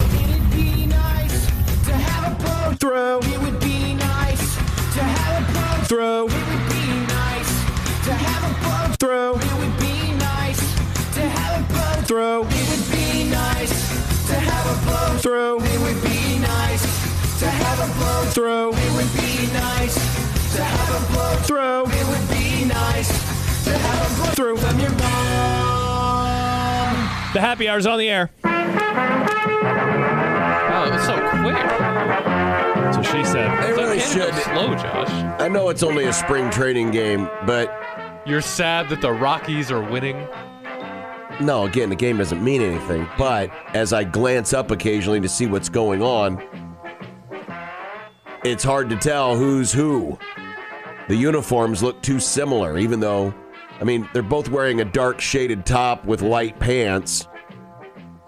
Throw. It would be nice to have a boat. Throw. It would be nice to have a boat. Throw. It would be nice to have a boat. Throw. It would be nice to have a boat. Throw. It would be nice to have a boat. Throw. It would be nice to have a boat. Throw. It would be nice to have a boat. Throw from your mom. The happy hour's on the air. Wow, it was so quick. That's what she said. They So really it can should. go slow, Josh. I know it's only a spring training game, but You're sad that the Rockies are winning. no, again, the game doesn't mean anything. But as I glance up occasionally to see what's going on, it's hard to tell who's who. The uniforms look too similar, even though, I mean, they're both wearing a dark shaded top with light pants.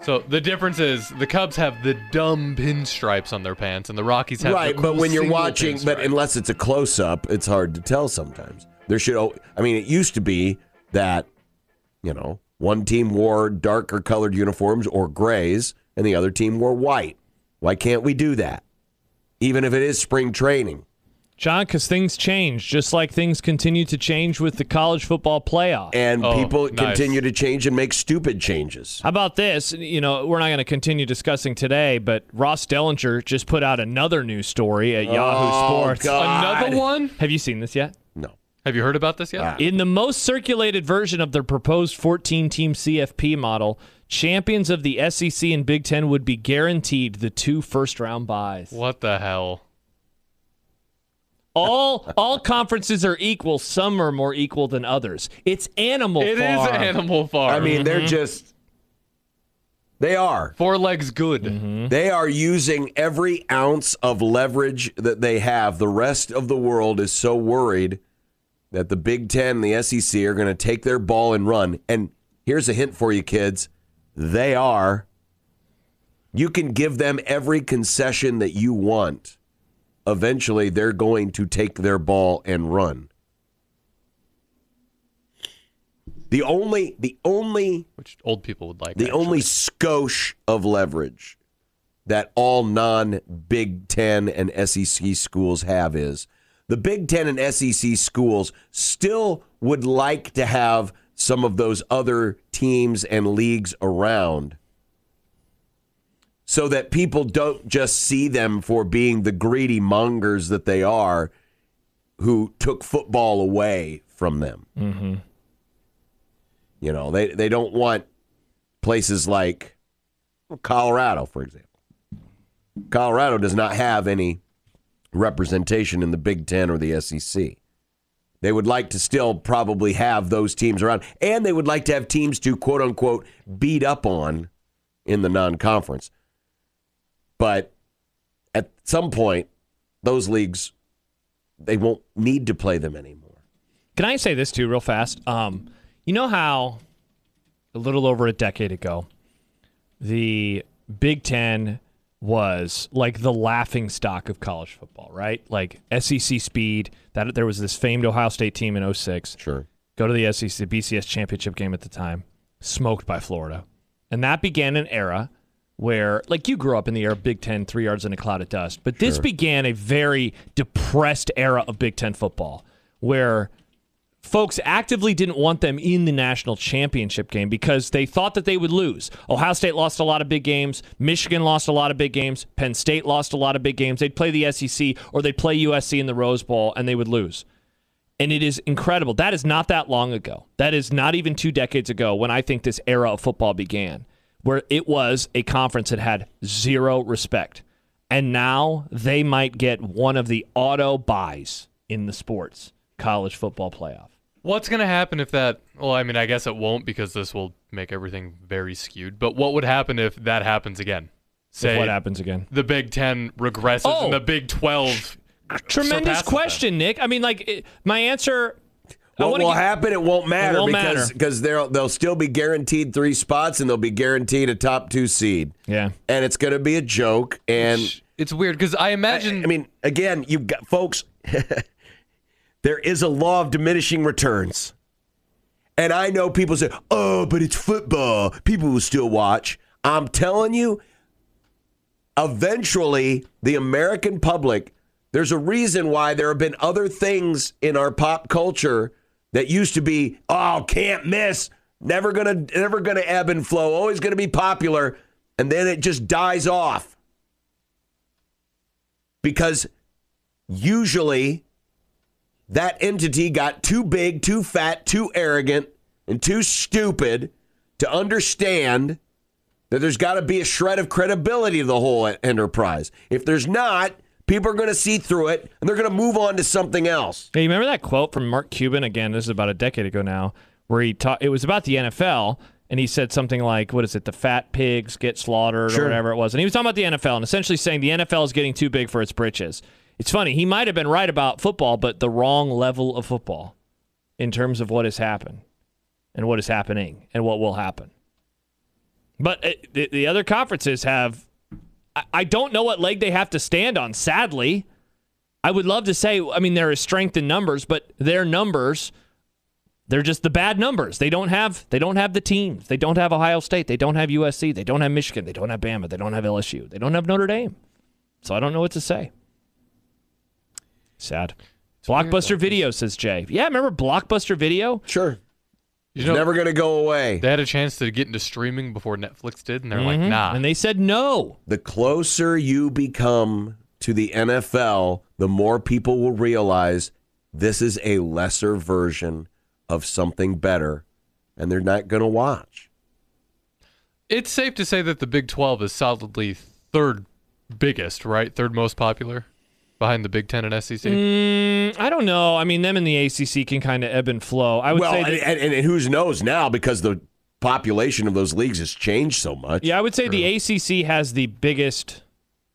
So the difference is the Cubs have the dumb pinstripes on their pants, and the Rockies have the right, but cool when you're single watching, but pinstripe. unless it's a close up, it's hard to tell sometimes. There should, al- I mean, it used to be that, you know, one team wore darker colored uniforms or grays and the other team wore white. Why can't we do that? Even if it is spring training. John, because things change, just like things continue to change with the college football playoff. And Oh, people nice. continue to change and make stupid changes. How about this? You know, we're not going to continue discussing today, but Ross Dellinger just put out another news story Oh, at Yahoo Sports. God. another one. Have you seen this yet? No. Have you heard about this yet? In the most circulated version of their proposed 14 team CFP model, champions of the SEC and Big Ten would be guaranteed the two first round buys. What the hell? All all conferences are equal. Some are more equal than others. It's Animal It is Farm. Animal Farm. I mean, they're just, they are. four legs good. They are using every ounce of leverage that they have. The rest of the world is so worried that the Big Ten and the SEC are going to take their ball and run. And here's a hint for you, kids they are. You can give them every concession that you want. Eventually, they're going to take their ball and run. The only, the only Which old people would like. the actually. only skosh of leverage that all non Big Ten and SEC schools have is the Big Ten and SEC schools still would like to have some of those other teams and leagues around so that people don't just see them for being the greedy mongers that they are who took football away from them. Mm-hmm. You know, they, they don't want places like Colorado, for example. Colorado does not have any representation in the Big Ten or the SEC. They would like to still probably have those teams around, and they would like to have teams to quote unquote beat up on in the non conference. But at some point, those leagues, they won't need to play them anymore. Can I say this too, real fast? Um, you know how a little over a decade ago, the Big Ten was like the laughing stock of college football, right? Like SEC speed. That there was this famed Ohio State team in 06. Sure. Go to the SEC BCS championship game at the time, smoked by Florida, and that began an era where, like, you grew up in the era of Big Ten, three yards in a cloud of dust, but this began a very depressed era of Big Ten football where folks actively didn't want them in the national championship game because they thought that they would lose. Ohio State lost a lot of big games. Michigan lost a lot of big games. Penn State lost a lot of big games. They'd play the SEC or they'd play USC in the Rose Bowl and they would lose. And it is incredible. That is not that long ago. That is not even two decades ago when I think this era of football began, where it was a conference that had zero respect. And now they might get one of the auto buys in the sports college football playoff. What's gonna happen if that? Well, I mean, I guess it won't because this will make everything very skewed. But what would happen if that happens again? say what happens again? the Big Ten regresses Oh. and the Big Twelve. Tremendous surpasses them. question, Nick. I mean, like it, my answer. I What wanna will get- happen? It won't matter won't because matter. because they'll they'll still be guaranteed three spots and they'll be guaranteed a top two seed. Yeah. and it's going to be a joke. And It's weird because I imagine. I mean, again, you've got folks. there is a law of diminishing returns, and I know people say, "Oh, but it's football. People will still watch." I'm telling you, eventually, the American public. There's a reason why there have been other things in our pop culture that used to be, "Oh, can't miss." Never gonna, never gonna ebb and flow. Always gonna be popular, and then it just dies off because usually that entity got too big, too fat, too arrogant, and too stupid to understand that there's got to be a shred of credibility to the whole en- enterprise. If there's not, people are going to see through it and they're going to move on to something else. Hey, you remember that quote from Mark Cuban? Again, this is about a decade ago now, where he taught. It was about the NFL, and he said something like, "What is it? The fat pigs get slaughtered, or whatever it was." And he was talking about the NFL, and essentially saying the NFL is getting too big for its britches. It's funny. He might have been right about football, but the wrong level of football, in terms of what has happened, and what is happening, and what will happen. But uh, the, the other conferences have. I, I don't know what leg they have to stand on. Sadly. I would love to say, I mean, there is strength in numbers, but their numbers, they're just the bad numbers. They don't have they don't have the teams. They don't have Ohio State. They don't have USC. They don't have Michigan. They don't have Bama. They don't have LSU. They don't have Notre Dame. So I don't know what to say. Sad. Blockbuster Video says Jay. Yeah, remember Blockbuster Video? Sure. you know, Never going to go away. they had a chance to get into streaming before Netflix did, and they're like, nah. Mm-hmm. And they said no. the closer you become to the NFL, the more people will realize this is a lesser version of something better, and they're not going to watch. it's safe to say that the Big Twelve is solidly third biggest, right? Third most popular, behind the Big Ten and E SEC. Mm, I don't know. I mean, them and the ACC can kind of ebb and flow. I would Well, say and, that, and, and who knows now because the population of those leagues has changed so much. Yeah, I would say the ACC has the biggest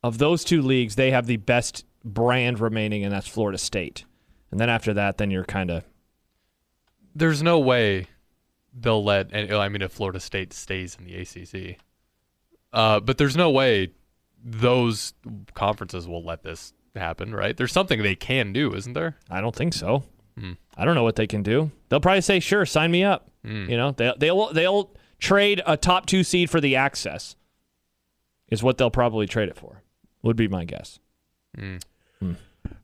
of those two leagues. They have the best brand remaining, and that's Florida State. And then after that, then you're kind of There's no way they'll let. And I mean, if Florida State stays in the ACC, uh, but there's no way those conferences will let this happen, right? There's something they can do, isn't there? I don't think so. Hmm. I don't know what they can do. They'll probably say, "Sure, sign me up." Hmm. You know, they they'll they'll trade a top two seed for the access. Is what they'll probably trade it for. Would be my guess.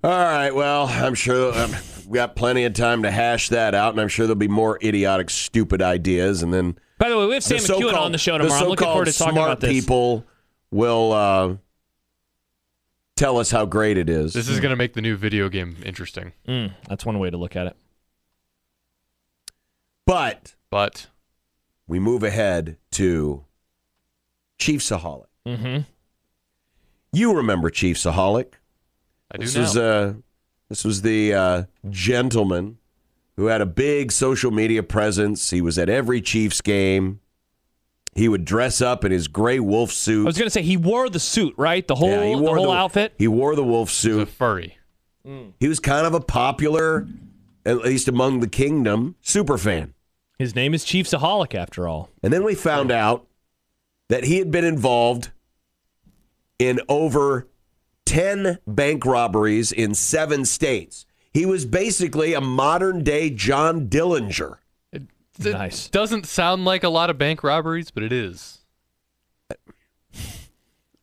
All right. Well, I'm sure um, we got plenty of time to hash that out, and I'm sure there'll be more idiotic, stupid ideas, and then. By the way, we have Sam McEwen so-called- on the show tomorrow. I'm looking forward to so-called talking about smart this. people will uh, tell us how great it is. This is going to make the new video game interesting. Mm, that's one way to look at it. But But we move ahead to Chief Saholic. Mm-hmm. You remember Chief Saholic? I do This now. was uh, this was the uh, gentleman who had a big social media presence. He was at every Chiefs game. He would dress up in his gray wolf suit. I was gonna say he wore the suit, right? Oh, The whole Yeah, he the wore whole outfit. He wore the wolf He's suit. a furry. he was kind of a popular, at least among the kingdom, super fan. His name is Chief Saholic, after all. And then we found out that he had been involved in over 10 bank robberies in seven states. He was basically a modern day John Dillinger. It Nice. Doesn't sound like a lot of bank robberies, but it is.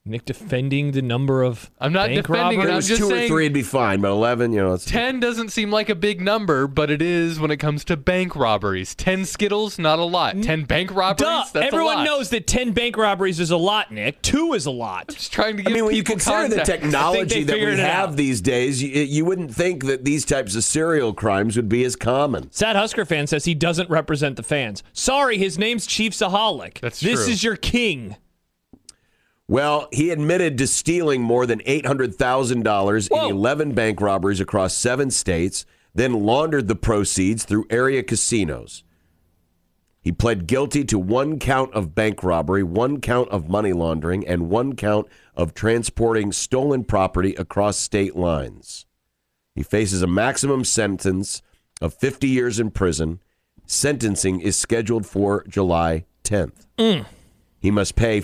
Nick defending the number of I'm not bank defending it, robberies. I'm If it was just two or saying- three, it'd be fine, but 11, you know, it's, 10 doesn't seem like a big number, but it is when it comes to bank robberies. 10 Skittles, not a lot. 10 bank robberies, Duh! that's a Everyone lot. knows that ten bank robberies is a lot, Nick. Two is a lot. Just trying to I give mean, when you people consider context. the technology that we figured it have out. these days, you, you wouldn't think that these types of serial crimes would be as common. Sad Husker fan says he doesn't represent the fans. Sorry, his name's Chief Saholic. That's this true. is your king. Well, he admitted to stealing more than $800,000 Whoa. in 11 bank robberies across seven states, then laundered the proceeds through area casinos. He pled guilty to one count of bank robbery, one count of money laundering, and one count of transporting stolen property across state lines. He faces a maximum sentence of 50 years in prison. Sentencing is scheduled for July 10th. He must pay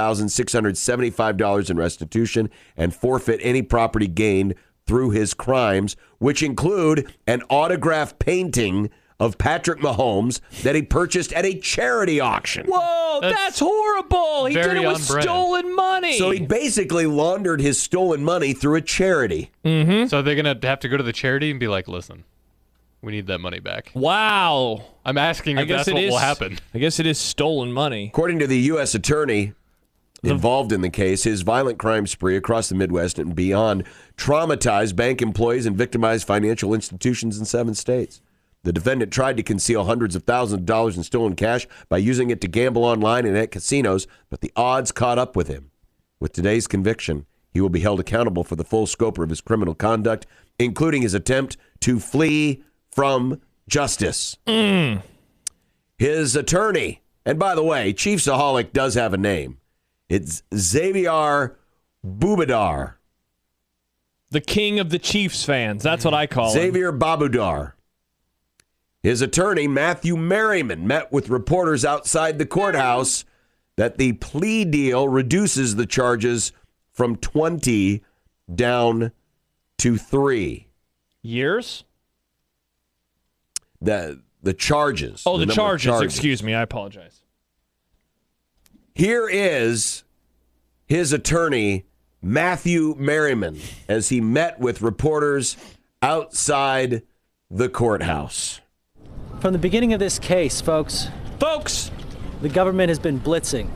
$532,675 in restitution and forfeit any property gained through his crimes, which include an autograph painting of Patrick Mahomes that he purchased at a charity auction. Whoa, that's, That's horrible. He did very it with on brand. stolen money. So he basically laundered his stolen money through a charity. So they're gonna have to go to the charity and be like, "Listen, we need that money back." wow. I'm asking I if guess that's it what is- will happen. I guess it is stolen money. According to the U.S. attorney involved in the case, his violent crime spree across the Midwest and beyond traumatized bank employees and victimized financial institutions in seven states. The defendant tried to conceal hundreds of thousands of dollars in stolen cash by using it to gamble online and at casinos, but the odds caught up with him. With today's conviction, he will be held accountable for the full scope of his criminal conduct, including his attempt to flee from justice his attorney. And by the way, Chief Saholic does have a name. It's Xavier Bubadar. The king of the Chiefs fans. That's what I call him. Xavier Babudar. His attorney, Matthew Merriman, met with reporters outside the courthouse that the plea deal reduces the charges from 20 down to 3. Years? The the charges. Oh, the, number of charges. Excuse me. I apologize. Here is his attorney, Matthew Merriman, as he met with reporters outside the courthouse. From the beginning of this case, folks, Folks, the government has been blitzing,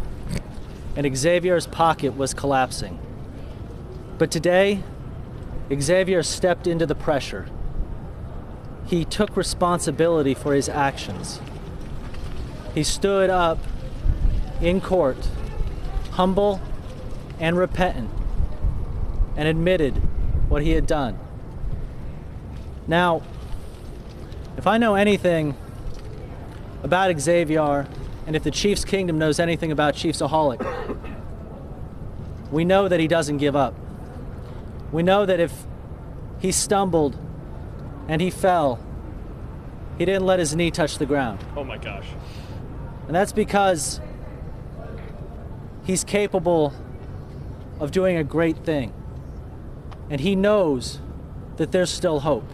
and Xavier's pocket was collapsing. But today, Xavier stepped into the pressure. He took responsibility for his actions. He stood up in court, humble and repentant, and admitted what he had done. Now, if I know anything about Xavier, and if the Chiefs Kingdom knows anything about Chiefs Aholic, we know that he doesn't give up. We know that if he stumbled and he fell, he didn't let his knee touch the ground. Oh my gosh. And that's because he's capable of doing a great thing. And he knows that there's still hope.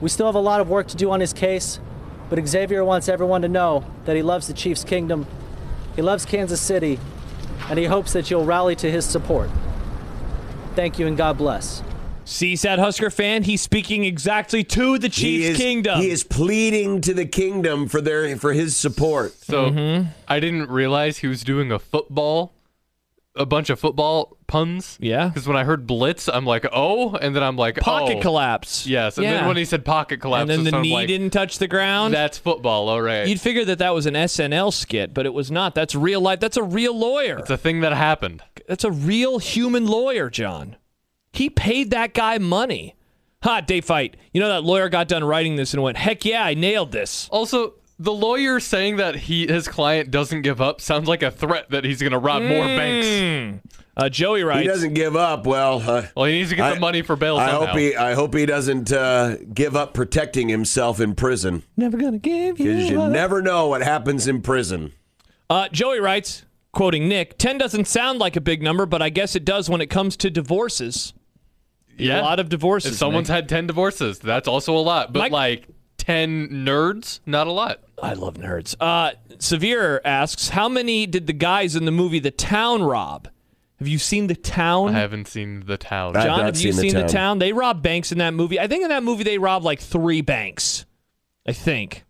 We still have a lot of work to do on his case, but Xavier wants everyone to know that he loves the Chiefs' kingdom, he loves Kansas City, and he hopes that you'll rally to his support. Thank you and God bless. See, sad Husker fan, he's speaking exactly to the Chiefs he is, kingdom. He is pleading to the kingdom for their for his support. So Mm-hmm. I didn't realize he was doing a football, a bunch of football puns. Yeah. Because when I heard blitz, I'm like, oh, and then I'm like, Pocket oh. collapse. Yes, and Yeah. then when he said pocket collapse, and then the I'm knee like, didn't touch the ground. That's football, all right. You'd figure that that was an SNL skit, but it was not. That's real life. That's a real lawyer. it's a thing that happened. That's a real human lawyer, John. He paid that guy money. Ha, day fight. You know that lawyer got done writing this and went, heck yeah, I nailed this. Also, the lawyer saying that he his client doesn't give up sounds like a threat that he's going to rob more Hmm. banks. Uh, Joey He writes, doesn't give up. Well, uh, Well, he needs to get I- the money for bail I somehow. hope he I hope he doesn't uh, give up protecting himself in prison never gonna give because you. you up." never know what happens in prison. Uh, Joey writes, quoting Nick, 10 doesn't sound like a big number, but I guess it does when it comes to divorces. yeah. A lot of divorces. If someone's Nick. had 10 divorces, that's also a lot. But Mike- like 10 nerds, not a lot. I love nerds. Uh, Severe asks, how many did the guys in the movie The Town rob? Have you seen The Town? I haven't seen the town. I've John, not have you seen The seen the town. Town. They rob banks in that movie. I think in that movie they rob like three banks. I think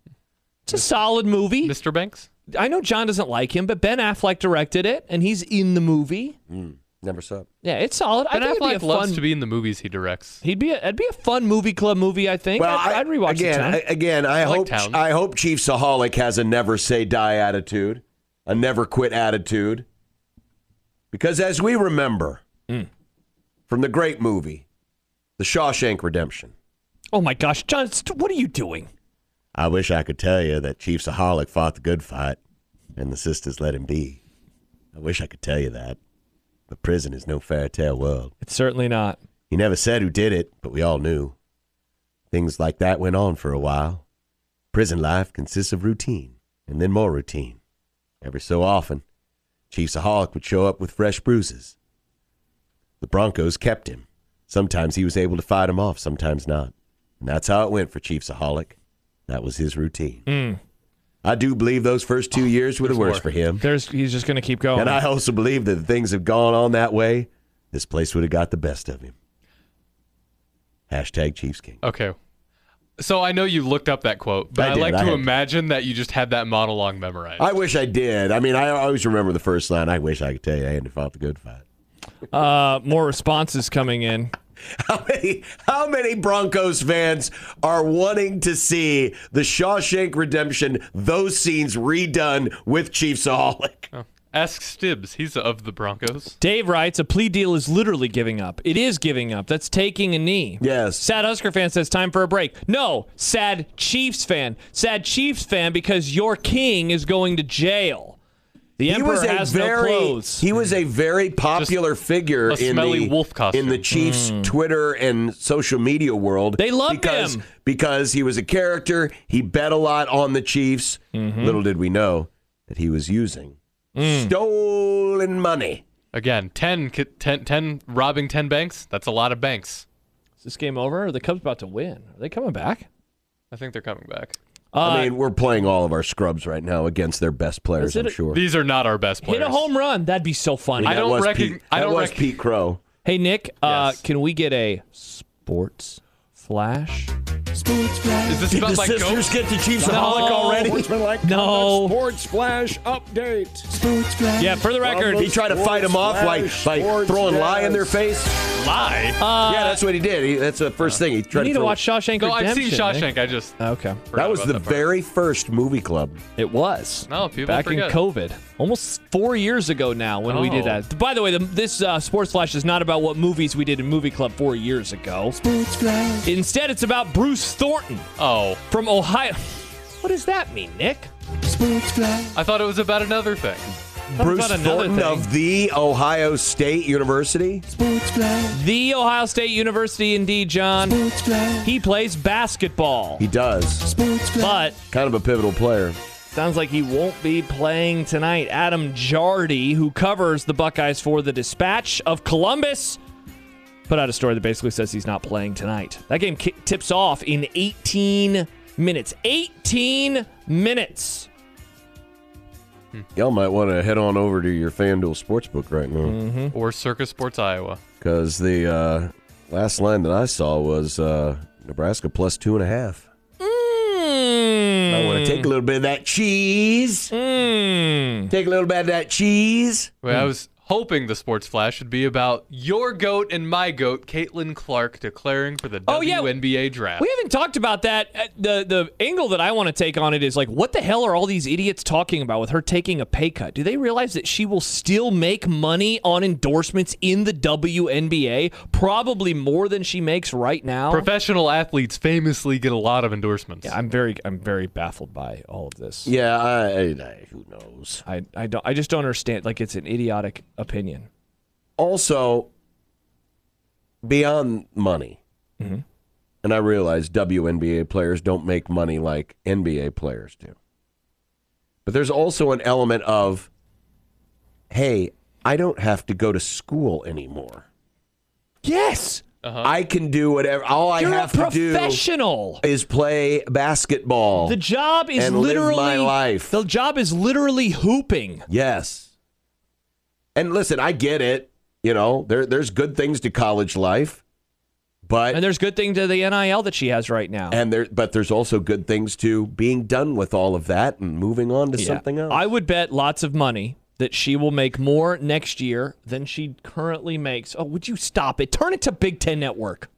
it's a solid movie. Mr. Banks? I know John doesn't like him, but Ben Affleck directed it, and he's in the movie. Never saw. Yeah, it's solid. Ben I think Affleck it'd be a loves fun. to be in the movies he directs. he'd be a, it'd be a fun movie club movie. I think. Well, I'd, I- I'd rewatch again. the town. I, again, I, like hope Town. I hope Chief Saholic has a never say die attitude, a never quit attitude, because as we remember from the great movie, The Shawshank Redemption, oh my gosh, John, st- what are you doing? I wish I could tell you that Chief Saholic fought the good fight and the sisters let him be. I wish I could tell you that. But prison is no fairy tale world. It's certainly not. He never said who did it, but we all knew. Things like that went on for a while. Prison life consists of routine and then more routine. Every so often, Chief Saholic would show up with fresh bruises. The Broncos kept him. Sometimes he was able to fight 'em off, sometimes not. And that's how it went for Chief Saholic. That was his routine. I do believe those first two years were the worst for him. There's he's just going to keep going. And I also believe that if things have gone on that way, this place would have got the best of him. Hashtag Chiefs King. Okay. So I know you looked up that quote, but I I, did, like I to had- imagine that you just had that monologue memorized. I wish I did. I mean, I always remember the first line. I wish I could tell you I hadn't fought the good fight. uh, more responses coming in. How many, how many Broncos fans are wanting to see the Shawshank Redemption, those scenes redone with Chief Saholic? Ask Stibbs. He's of the Broncos. Dave writes, a plea deal is literally giving up. It is giving up. That's taking a knee. Yes. Sad Husker fan says, time for a break. No, sad Chiefs fan. Sad Chiefs fan because your king is going to jail. The He emperor was a has very no clothes. he was a very popular figure a in smelly the wolf costume. in the Chiefs Twitter and social media world. They loved because, him. because he was a character. He bet a lot on the Chiefs. Little did we know that he was using stolen money. Again, 10, ki- 10, 10 robbing 10 banks. That's a lot of banks. is this game over? Are the Cubs about to win? Are they coming back? Uh, I think they're coming back. I mean, we're playing all of our scrubs right now against their best players. it I'm a- sure. These are not our best players. Hit a home run. That'd be so funny. I That don't was recog- Pete, I that don't was rec- Pete Crow. Hey, Nick, uh, Yes. can we get a sports flash? Is this about like goats? get the Chiefs No. No. Sports Flash update. Sports Flash. Yeah, for the record, He tried to fight him off like by Sports throwing lie in their jazz. face. Lie. yeah, that's what he did. He, that's the first thing he Uh, you tried need to, to throw- watch Shawshank no, I've Redemption. seen Shawshank. I just. Nick. Ah, Okay. forgot That was about the that part. very first movie club. It was. No, people back forget. in COVID, almost four years ago now when we did Oh. that. By the way, the, this uh, sports flash is not about what movies we did in movie club four years ago. Instead, it's about Bruce Thornton Oh, from Ohio. What does that mean, Nick? I thought it was about another thing. Bruce about another Thornton thing? of the Ohio State University. The Ohio State University, indeed, John. He plays basketball, He does. but Kind of a pivotal player. Sounds like he won't be playing tonight. Adam Jardy, who covers the Buckeyes for the Dispatch of Columbus, put out a story that basically says he's not playing tonight. That game ki- tips off in 18 minutes. 18 minutes. Y'all might want to head on over to your FanDuel Sportsbook right Mm-hmm. now Or Circus Sports Iowa. because the uh, last line that I saw was uh, Nebraska plus two and a half. I want to Hmm. take a little bit of that cheese. Take a little bit of that cheese. Hmm. Wait, I was hoping the sports flash would be about your goat and my goat, Caitlin Clark, declaring for the Oh, yeah. WNBA draft. We haven't talked about that. Uh, The the angle that I want to take on it is like, what the hell are all these idiots talking about with her taking a pay cut? Do they realize that she will still make money on endorsements in the WNBA, probably more than she makes right now? Professional athletes famously get a lot of endorsements. I'm very I'm very baffled by all of this. Yeah, I, I- who knows? I, I don't I just don't understand. Like it's an idiotic opinion. Also, beyond money, Mm-hmm. and I realize WNBA players don't make money like NBA players do, but there's also an element of, hey, I don't have to go to school anymore. Yes, I can do whatever. All I Uh-huh. you're a have to do professional. is play basketball. The job is and live literally my life. The job is literally hooping. Yes. And listen, I get it. You know, there there's good things to college life, but And and, there's good thing to the NIL that she has right now. there but there's also good things to being done with all of that and moving on to Yeah. something else. I would bet lots of money that she will make more next year than she currently makes. Oh, would you stop it? Turn it to Big Ten Network.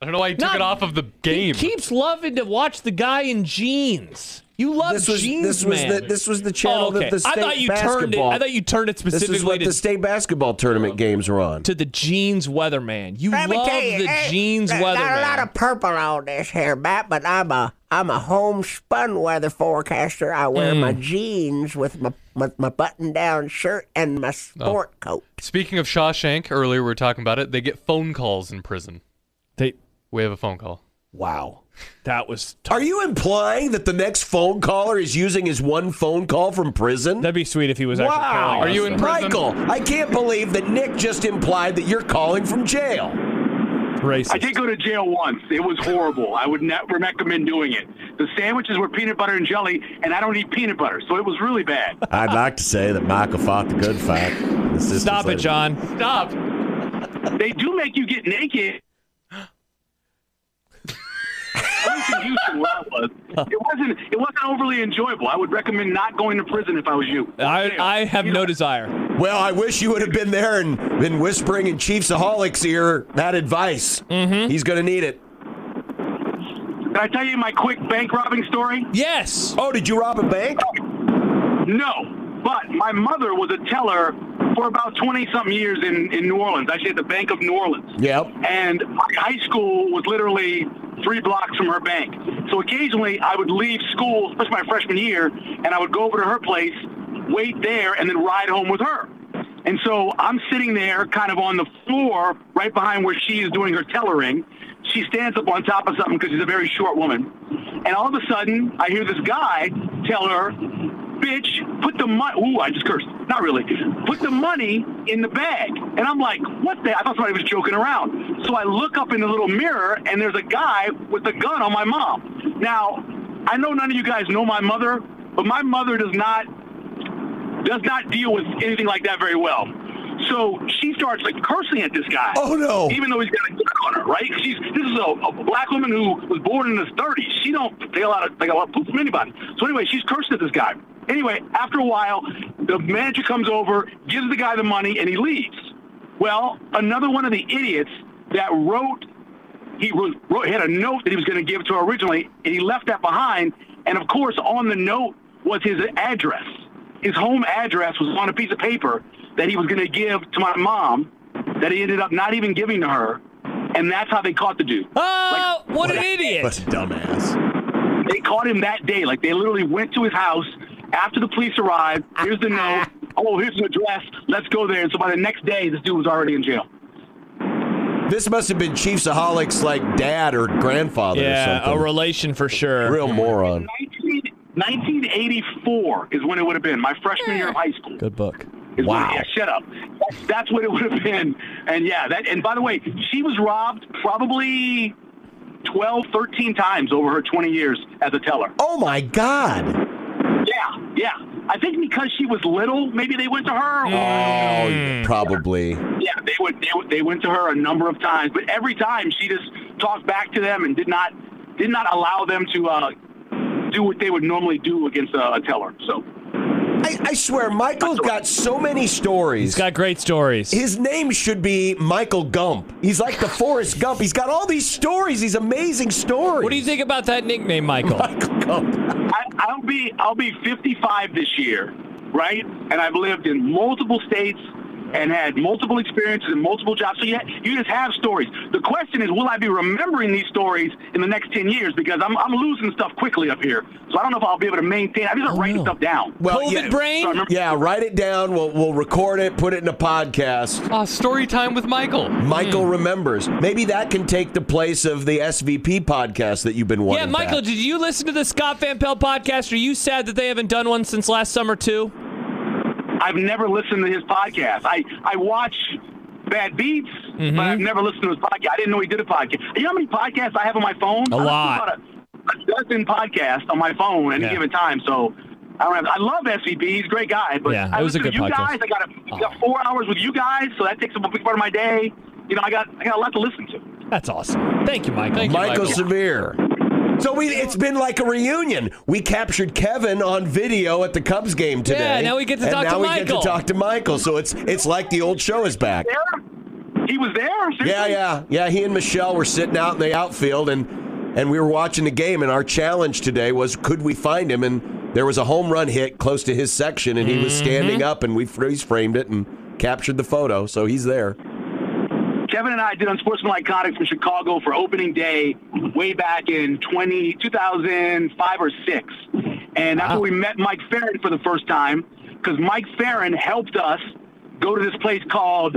I don't know why he took Not- it off of the He game. keeps loving to watch the guy in jeans. You love this was jeans, this was man. the this was the channel Oh, okay. that the I state thought you basketball. turned it. I thought you turned it this is specifically what to, the state basketball tournament games are on. to the jeans weatherman. You love the jeans There's weatherman. Not a lot of purple on this here, Matt, but I'm a I'm a homespun weather forecaster. I wear my Mm. jeans with my with my button down shirt and my sport Oh. coat. Speaking of Shawshank, earlier we were talking about it. They get phone calls in prison. They We have a phone call. Wow. that was Are you implying that the next phone caller is using his one phone call from prison? that'd be sweet if he was actually Wow. calling Are us, you though. in prison? Michael, I can't believe that Nick just implied that you're calling from jail. racist? I did go to jail once. It was horrible. I would not recommend doing it. The sandwiches were peanut butter and jelly, and I don't eat peanut butter, so it was really bad. I'd like to say that Michael fought the good fight. The system's Stop it, later- John. Stop. they do make you get naked. I was confused with what I was. It wasn't. It wasn't overly enjoyable. I would recommend not going to prison if I was you. I, I have no desire. Well, I wish you would have been there and been whispering in Chiefsaholic's ear that advice. Mm-hmm. He's going to need it. Did I tell you my quick bank robbing story? Yes. Oh, did you rob a bank? No, but my mother was a teller for about 20 something years in, in New Orleans, actually at the Bank of New Orleans. Yep. And my high school was literally three blocks from her bank. So occasionally I would leave school, especially my freshman year, and I would go over to her place, wait there, and then ride home with her. And so I'm sitting there kind of on the floor right behind where she is doing her tellering. She stands up on top of something because she's a very short woman. And all of a sudden, I hear this guy tell her, bitch, put the money. Ooh, I just cursed. Not really. Put the money in the bag. And I'm like, what the? I thought somebody was joking around. So I look up in the little mirror, and there's a guy with a gun on my mom. Now, I know none of you guys know my mother, but my mother does not does not deal with anything like that very well. So she starts like cursing at this guy. Oh, no. Even though he's got a gun on her, right? She's this is a, a black woman who was born in the 30s. She don't take a lot of like a lot of poop from anybody. So anyway, she's cursing at this guy. Anyway, after a while, the manager comes over, gives the guy the money, and he leaves. Well, another one of the idiots that wrote he wrote, wrote he had a note that he was going to give to her originally, and he left that behind. And of course, on the note was his address. His home address was on a piece of paper that he was going to give to my mom, that he ended up not even giving to her, and that's how they caught the dude. Oh, what What an a idiot! dumbass. They caught him that day. Like they literally went to his house after the police arrived. Here's the note. Oh, here's an address. Let's go there. And so by the next day, this dude was already in jail. This must have been Chiefsaholic's like dad or grandfather or Yeah, a Mm. something. relation for sure. Real moron. 19, 1984 is when it would have been. My freshman year of high school. Good book. Is what- Wow. yeah, shut up. That's, that's what it would have been. And yeah, that. And by the way, she was robbed probably 12, 13 times over her 20 years as a teller. Oh my God! Yeah, yeah. I think because she was little, maybe they went to her. or- Mm. Probably. Yeah, they would, they would. They went to her a number of times, but every time she just talked back to them and did not did not allow them to uh, do what they would normally do against uh, a, a teller. So I, I swear, Michael's got so many stories. He's got great stories. His name should be Michael Gump. He's like the Forrest Gump. He's got all these stories, these amazing stories. What do you think about that nickname, Michael? Michael Gump. I, I'll be I'll be 55 this year, right? And I've lived in multiple states and had multiple experiences and multiple jobs. So you, you just have stories. The question is, will I be remembering these stories in the next 10 years? Because I'm, I'm losing stuff quickly up here. So I don't know if I'll be able to maintain. I'm just writing stuff down. Well, COVID yeah, So I brain? remember- yeah, write it down. We'll, we'll record it, put it in a podcast. Ah, story time with Michael. Michael Hmm. remembers. Maybe that can take the place of the SVP podcast that you've been wanting. Yeah, Michael, back. did you listen to the Scott Van Pelt podcast? Are you sad that they haven't done one since last summer, too? I've never listened to his podcast. I, I watch Bad Beats, but Mm-hmm. I've never listened to his podcast. I didn't know he did a podcast. You know how many podcasts I have on my phone? A lot. About a, a dozen podcasts on my phone at Yeah. any given time. So I don't have. I love SVP. He's a great guy. But Yeah, I it was a listen to good you podcast. Oh. guys. I got, a, I got four hours with you guys, so that takes up a big part of my day. You know, I got I got a lot to listen to. That's awesome. Thank you, Michael. Thank you, Michael Michael. Severe. So we, it's been like a reunion. We captured Kevin on video at the Cubs game today. now we get to and talk now to we get Michael. to talk to Michael. So it's it's like the old show is back. There, he was there. Seriously? Yeah, yeah, yeah. He and Michelle were sitting out in the outfield, and and we were watching the game. And our challenge today was, could we find him? And there was a home run hit close to his section, and he was standing up, and we freeze framed it and captured the photo. So he's there. Kevin and I did Unsportsmanlike Conduct from Chicago for opening day way back in 20, 2005 or 6. And that's when we met Mike Farron for the first time because Mike Farron helped us go to this place called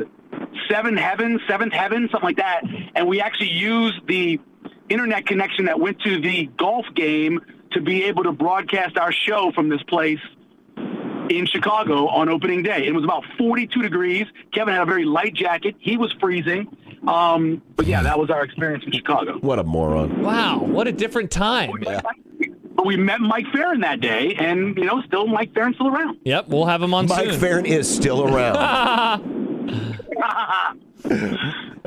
Seven Heaven, Seventh Heaven, something like that. And we actually used the internet connection that went to the golf game to be able to broadcast our show from this place in Chicago on opening day. It was about 42 degrees. Kevin had a very light jacket. He was freezing. Um, but yeah, that was our experience in Chicago. What a moron. Wow, what a different time. But we met Mike Farron that day, and you know, still Mike Farron's still around. Yep, we'll have him on Mike soon. Farron is still around. All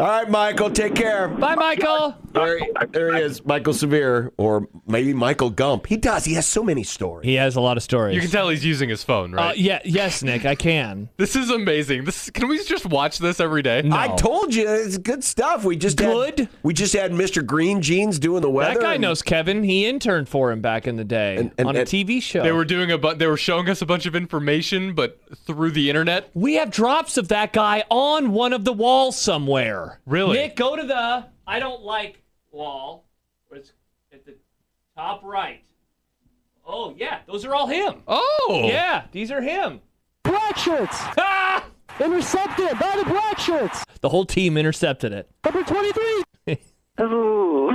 right, Michael, take care. Bye, Michael. There, he- there he is, Michael Severe, or maybe Michael Gump. He does. He has so many stories. He has a lot of stories. You can tell he's using his phone, right? Uh, yeah, yes, Nick, I can. This is amazing. This can we just watch this every day? I told you, it's good stuff. We just Good? Had, we just had Mr. Green Jeans doing the weather. That guy and- knows Kevin. He interned for him back in the day and- on a and- TV show. They were doing a bu- they were showing us a bunch of information, but through the internet. we have drops of that guy on one of the walls somewhere. Really? Nick, go to the I don't like wall. It's at the top right. Oh, yeah. Those are all him. Oh, Yeah, these are him. Black shirts Ah! intercepted by the black shirts. The whole team intercepted it. Number 23. Ooh.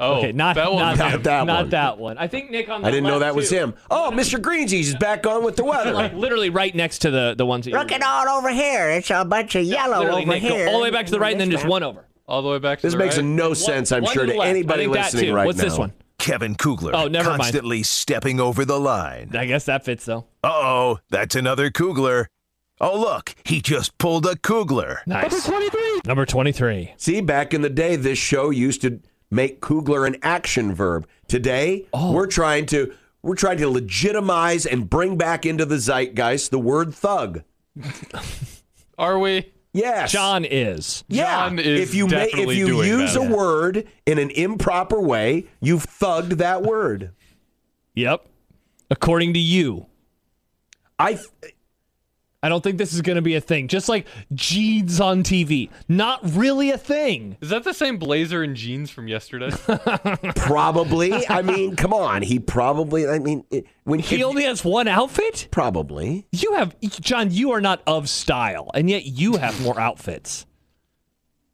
Oh, okay, not that one. not, Not that not one. that one. I think Nick on the I didn't know left, that was too. him. Oh, Mr. Green Jeans is back on with the Like weather. literally right next to the the ones that you Look were- at all over here. It's a bunch of yellow literally, over Nick, go here. all the way back to the right and then just one over. all the way back to This the makes right. no sense, I'm One sure, to to the left. anybody I think that listening too. right What's now. this one? Kevin Kugler Oh, never mind. constantly stepping over the line. I guess that fits though. Uh oh, that's another Kugler. Oh, look, he just pulled a Kugler. Nice. 23. Number 23. See, back in the day, this show used to make Kugler an action verb. Today, Oh. we're trying to we're trying to legitimize and bring back into the zeitgeist the word thug. Are we? Yes, John is. Yeah, John is if you ma- if definitely you doing use that. a word in an improper way, you've thugged that word. Yep. According to you. I I don't think this is going to be a thing. Just like jeans on TV. Not really a thing. Is that the same blazer and jeans from yesterday? probably. I mean, come on. He probably. I mean, it, when He if- only has one outfit? probably. You have John, you are not of style, and yet you have more outfits.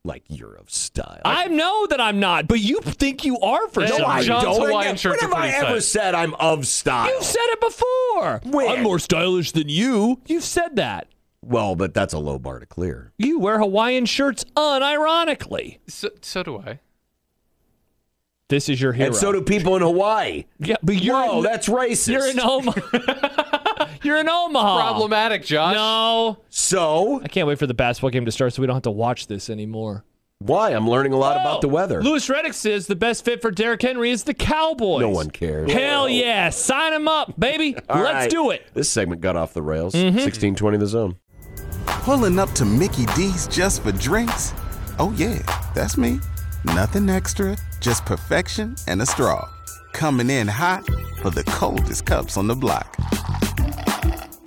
like you're of style. Oh, I know that I'm not, but you think you are for No, some I reason. don't. John's When Hawaiian have- shirts when are have I pretty ever tight. said I'm of style? You've said it before. When? I'm more stylish than you. You've said that. well, but that's a low bar to clear. You wear Hawaiian shirts unironically. so, so do I. This is your hero. And so do people in Hawaii. yeah, but you're Whoa, in, that's racist. you're in Omaha. you're in Omaha. Problematic, Josh. No, so I can't wait for the basketball game to start, so we don't have to watch this anymore. why? I'm learning a lot about the weather. Lewis Reddick says the best fit for Derrick Henry is the Cowboys. no one cares. Hell yeah! Sign him up, baby. All Let's right. do it. Mm-hmm. This segment got off the rails. 1620 the zone. Pulling up to Mickey D's just for drinks? Oh, yeah, that's me. Nothing extra, just perfection and a straw. Coming in hot for the coldest cups on the block.